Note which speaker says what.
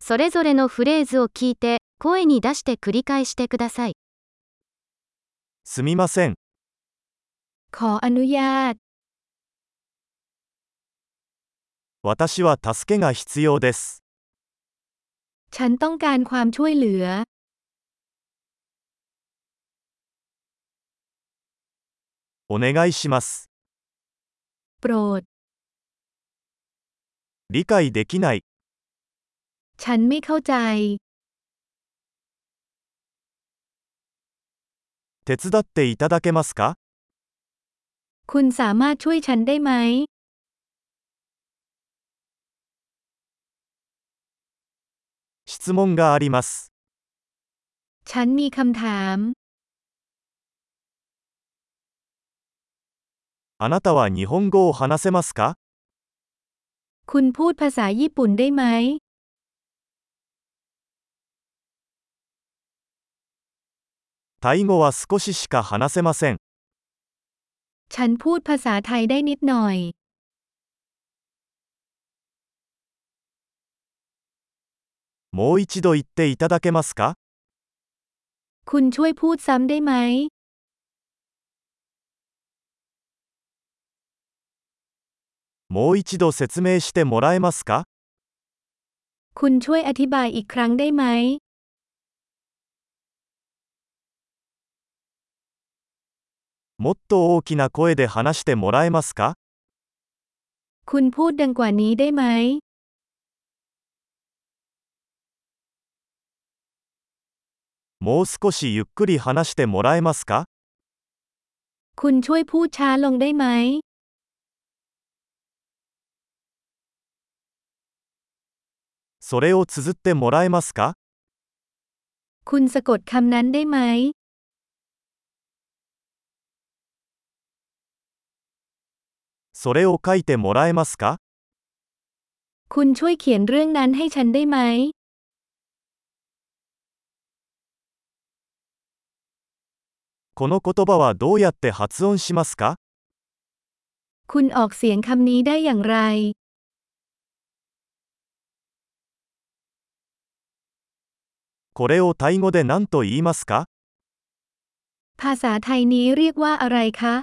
Speaker 1: それぞれのフレーズを聞いて、声に出して繰り返してください。
Speaker 2: すみません。
Speaker 3: ขออนุญาต
Speaker 2: 私は助けが必要です。
Speaker 3: ฉันต้องการความช่วยเหลือ
Speaker 2: お願いします。
Speaker 3: โปรด
Speaker 2: 理解できない。
Speaker 3: ฉันไม่เข้าใจ
Speaker 2: 手伝っていただけますか
Speaker 3: คุณสามารถช่วยฉันได้ไหม
Speaker 2: 質問があります。
Speaker 3: ฉันมีคำถาม
Speaker 2: あなたは日本語を話せますか
Speaker 3: คุณพูดภาษาญี่ปุ่นได้ไหม
Speaker 2: タイ語は少ししか話せません。
Speaker 3: ฉันพูดภาษาไทยได้นิดหน่อย
Speaker 2: もう一度言っていただけますか
Speaker 3: คุณช่วยพูดซ้ำได้ไหม
Speaker 2: もう一度説明してもらえますか
Speaker 3: คุณช่วยอธิบายอีกครั้งได้ไหม
Speaker 2: もっと大きな声で話してもらえますか
Speaker 3: คุณพูดดังกว่านี้ได้ไหม
Speaker 2: もう少しゆっくり話してもらえますか
Speaker 3: คุณช่วยพูดช้าลงได้ไหม
Speaker 2: それを綴ってもらえますか
Speaker 3: คุณสะกดคำนั้นได้ไหม
Speaker 2: それを書いてもらえますか
Speaker 3: คุณช่วยเขียนเรื่องนั้นให้ฉันได้ไหม
Speaker 2: この言葉はどうやって発音しますか
Speaker 3: คุณออกเสียงคำนี้ได้อย่างไร
Speaker 2: これをタイ語で何と言いますか
Speaker 3: ภาษาไทยนี้เรียกว่าอะไรคะ